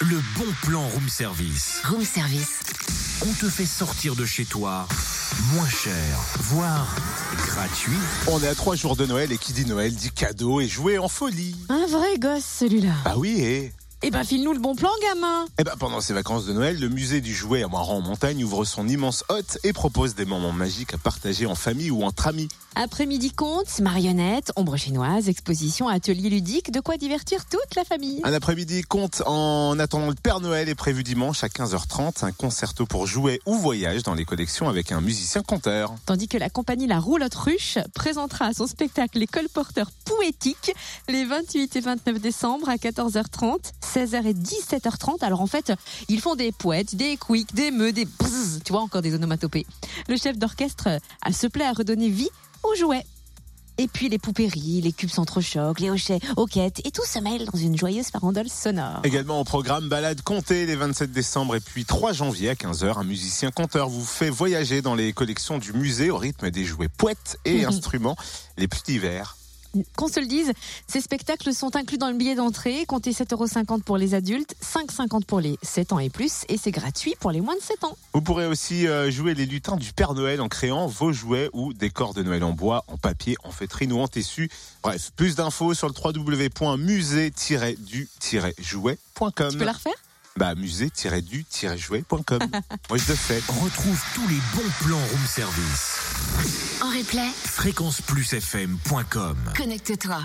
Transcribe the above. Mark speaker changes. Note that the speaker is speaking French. Speaker 1: Le bon plan room service.
Speaker 2: Room service.
Speaker 1: On te fait sortir de chez toi moins cher, voire gratuit.
Speaker 3: On est à trois jours de Noël et qui dit Noël dit cadeau et jouer en folie.
Speaker 4: Un vrai gosse, celui-là.
Speaker 3: Bah oui, et.
Speaker 4: Eh ben, file-nous le bon plan, gamin.
Speaker 3: Eh ben, pendant ces vacances de Noël, le musée du jouet à Moiran en Montagne ouvre son immense hôte et propose des moments magiques à partager en famille ou entre amis.
Speaker 4: Après-midi contes, marionnettes, ombres chinoises, expositions, ateliers ludiques, de quoi divertir toute la famille.
Speaker 3: Un après-midi compte en attendant le Père Noël est prévu dimanche à 15h30, un concerto pour jouets ou voyage dans les collections avec un musicien conteur.
Speaker 4: Tandis que la compagnie La Roulotte Ruche présentera son spectacle Les colporteurs poétiques les 28 et 29 décembre à 14h30, 16h et 17h30. Alors en fait, ils font des poètes, des quicks, des meux, des bzzz, tu vois encore des onomatopées. Le chef d'orchestre a se plaît à redonner vie aux jouets. Et puis les poupéries, les cubes s'entrechoquent, les hochets, hoquettes, et tout se mêle dans une joyeuse farandole sonore.
Speaker 3: Également au programme Balade Comté les 27 décembre et puis 3 janvier à 15h, un musicien conteur vous fait voyager dans les collections du musée au rythme des jouets poètes et
Speaker 4: Mhm.
Speaker 3: instruments les plus divers.
Speaker 4: Qu'on se le dise, ces spectacles sont inclus dans le billet d'entrée. Comptez 7,50€ pour les adultes, 5,50€ pour les 7 ans et plus, et c'est gratuit pour les moins de 7 ans.
Speaker 3: Vous pourrez aussi euh, jouer les lutins du Père Noël en créant vos jouets ou décors de Noël en bois, en papier, en fêterine ou en tissu. Bref, plus d'infos sur le
Speaker 4: Tu peux
Speaker 3: www.musée-du-jouet.com.
Speaker 4: la refaire
Speaker 3: Bah, musée-du-jouet.com. Moi, je le fais.
Speaker 1: Retrouve tous les bons plans room service.
Speaker 2: En replay,
Speaker 1: Fréquenceplusfm.com
Speaker 2: connecte-toi.